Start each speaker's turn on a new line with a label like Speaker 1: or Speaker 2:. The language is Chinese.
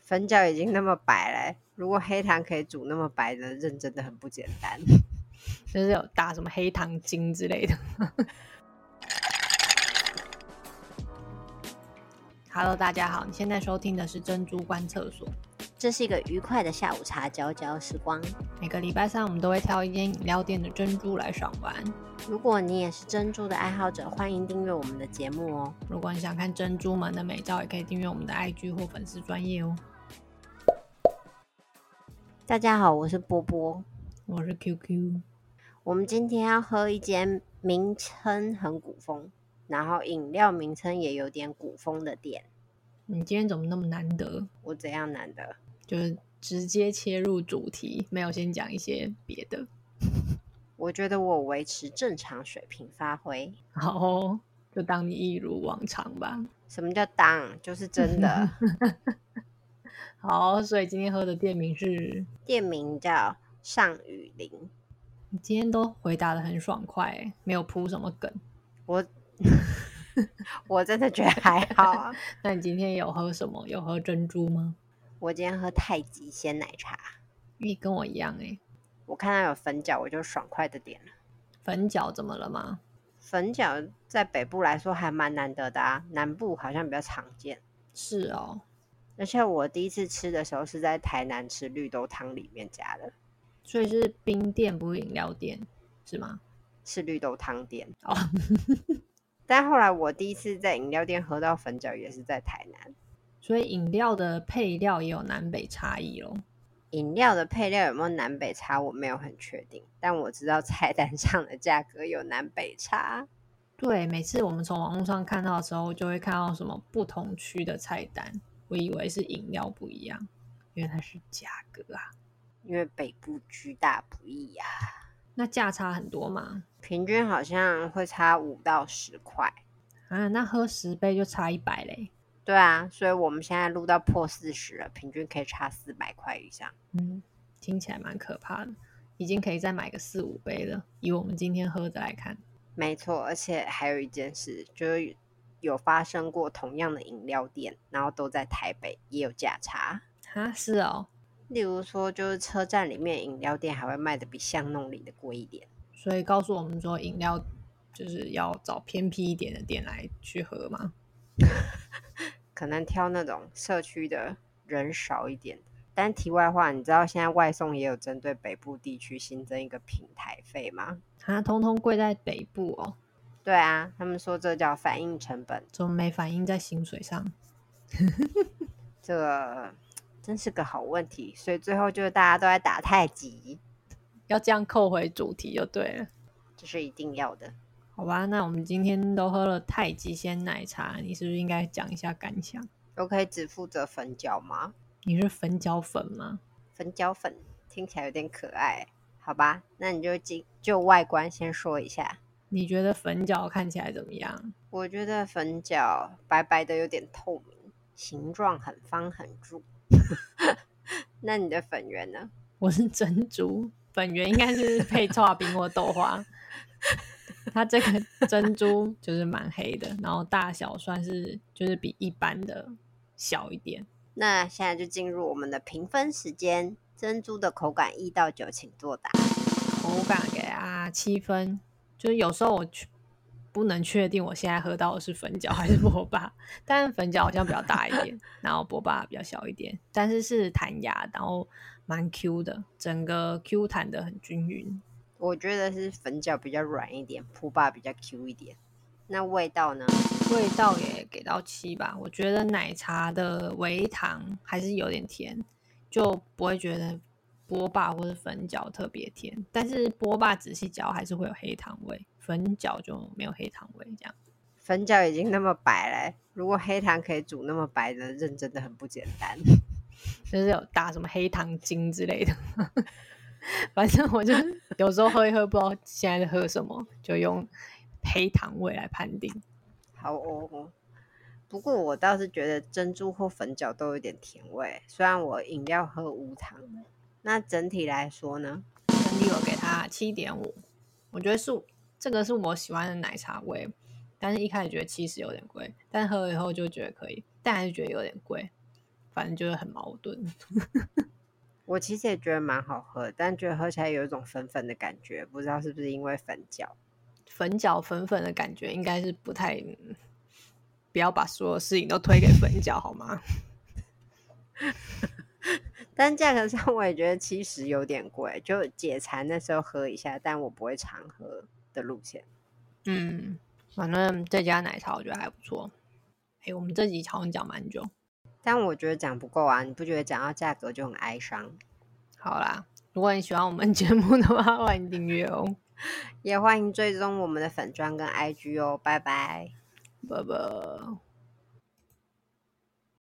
Speaker 1: 粉饺已经那么白了、如果黑糖可以煮那么白的，认真的很不简单。
Speaker 2: 就是有打什么黑糖精之类的。Hello，大家好，你现在收听的是珍珠观厕所。
Speaker 1: 这是一个愉快的下午茶嚼嚼时光。
Speaker 2: 每个礼拜三，我们都会挑一间饮料店的珍珠来赏玩。
Speaker 1: 如果你也是珍珠的爱好者，欢迎订阅我们的节目哦。
Speaker 2: 如果你想看珍珠们的美照，也可以订阅我们的 IG 或粉丝专业哦。
Speaker 1: 大家好，我是波波。
Speaker 2: 我是 QQ，
Speaker 1: 我们今天要喝一间名称很古风，然后饮料名称也有点古风的店。
Speaker 2: 你今天怎么那么难得？
Speaker 1: 我怎样难得？
Speaker 2: 就是直接切入主题，没有先讲一些别的。
Speaker 1: 我觉得我维持正常水平发挥。
Speaker 2: 好哦，就当你一如往常吧。
Speaker 1: 什么叫当？就是真的。
Speaker 2: 好，哦所以今天喝的店名是，
Speaker 1: 店名叫上雨林。
Speaker 2: 你今天都回答的很爽快欸，没有铺什么梗。
Speaker 1: 我 我真的觉得还好啊。
Speaker 2: 那你今天有喝什么？有喝珍珠吗？
Speaker 1: 我今天喝太极鲜奶茶，
Speaker 2: 你跟我一样哎、
Speaker 1: 我看到有粉饺，我就爽快的点了。
Speaker 2: 粉饺怎么了吗？
Speaker 1: 粉饺在北部来说还蛮难得的啊，南部好像比较常见。
Speaker 2: 是哦，
Speaker 1: 而且我第一次吃的时候是在台南吃绿豆汤里面加的，
Speaker 2: 所以是冰店不是饮料店是吗？
Speaker 1: 是绿豆汤店。
Speaker 2: 哦，
Speaker 1: 但后来我第一次在饮料店喝到粉饺也是在台南。
Speaker 2: 所以饮料的配料也有南北差异咯。
Speaker 1: 饮料的配料有没有南北差，我没有很确定，但我知道菜单上的价格有南北差。
Speaker 2: 对，每次我们从网络上看到的时候，就会看到什么不同区的菜单，我以为是饮料不一样，原来是价格啊。
Speaker 1: 因为北部居大不易呀、啊，
Speaker 2: 那价差很多嘛？
Speaker 1: 平均好像会差五到十块。
Speaker 2: 啊，那喝十杯就差一百嘞。
Speaker 1: 对啊，所以我们现在录到破四十了，平均可以差四百块以上。
Speaker 2: 嗯，听起来蛮可怕的，已经可以再买个四五杯了。以我们今天喝的来看，
Speaker 1: 没错，而且还有一件事，就是有发生过同样的饮料店，然后都在台北也有价差。
Speaker 2: 哈，是哦，
Speaker 1: 例如说，就是车站里面饮料店还会卖的比巷弄里的贵一点。
Speaker 2: 所以告诉我们说饮料就是要找偏僻一点的店来去喝嘛。
Speaker 1: 可能挑那种社区的人少一点的。但题外话，你知道现在外送也有针对北部地区新增一个平台费吗？
Speaker 2: 啊，通通贵在北部哦，
Speaker 1: 对啊，他们说这叫反应成本，
Speaker 2: 怎么没反映在薪水上？
Speaker 1: 这个真是个好问题。所以最后就是大家都在打太极，
Speaker 2: 要这样扣回主题就对了。
Speaker 1: 这是一定要的。
Speaker 2: 好吧，那我们今天都喝了太极鲜奶茶，你是不是应该讲一下感想？
Speaker 1: 我可以只负责粉饺吗？
Speaker 2: 你是粉饺粉吗？
Speaker 1: 粉饺粉听起来有点可爱，好吧？那你就就就外观先说一下。
Speaker 2: 你觉得粉饺看起来怎么样？
Speaker 1: 我觉得粉饺白白的，有点透明，形状很方很柱。 那你的粉圆呢？
Speaker 2: 我是珍珠粉圆，应该是配刨冰或豆花。它这个珍珠就是蛮黑的，然后大小算是就是比一般的小一点。
Speaker 1: 那现在就进入我们的评分时间。珍珠的口感一到九，请作答。
Speaker 2: 口感给它七分，就是有时候我去不能确定我现在喝到的是粉饺还是波霸，但粉饺好像比较大一点，然后波霸比较小一点，但是是弹牙，然后蛮 Q 的，整个 Q 弹的很均匀。
Speaker 1: 我觉得是粉饺比较软一点，铺巴比较 Q 一点。那味道呢？
Speaker 2: 味道也给到七吧。我觉得奶茶的微糖还是有点甜，就不会觉得波霸或者粉饺特别甜。但是波霸仔细嚼还是会有黑糖味，粉饺就没有黑糖味。这样
Speaker 1: 粉饺已经那么白了、如果黑糖可以煮那么白的，认真的很不简单。
Speaker 2: 就是有打什么黑糖精之类的。 反正我就是 有时候喝一喝，不知道现在在喝什么，就用黑糖味来判定。
Speaker 1: 好哦。不过我倒是觉得珍珠或粉饺都有点甜味，虽然我饮料喝无糖。那整体来说呢？
Speaker 2: 整体我给它七点五，我觉得是这个是我喜欢的奶茶味，但是一开始觉得七十有点贵，但喝了以后就觉得可以，但还是觉得有点贵。反正就是很矛盾。
Speaker 1: 我其实也觉得蛮好喝，但觉得喝起来有一种粉粉的感觉，不知道是不是因为粉饺。
Speaker 2: 粉饺粉粉的感觉应该是不太，嗯不要把所有事情都推给粉饺好吗？
Speaker 1: 但价格上我也觉得七十有点贵，就解馋的时候喝一下，但我不会常喝的路线。
Speaker 2: 嗯，反正这家奶茶我觉得还不错。哎、我们这集好像讲蛮久，
Speaker 1: 但我觉得讲不够啊，你不觉得讲到价格就很哀伤？
Speaker 2: 好啦，如果你喜欢我们节目的话，欢迎订阅哦，
Speaker 1: 也欢迎追踪我们的粉砖跟 IG 哦，拜拜。
Speaker 2: 拜拜。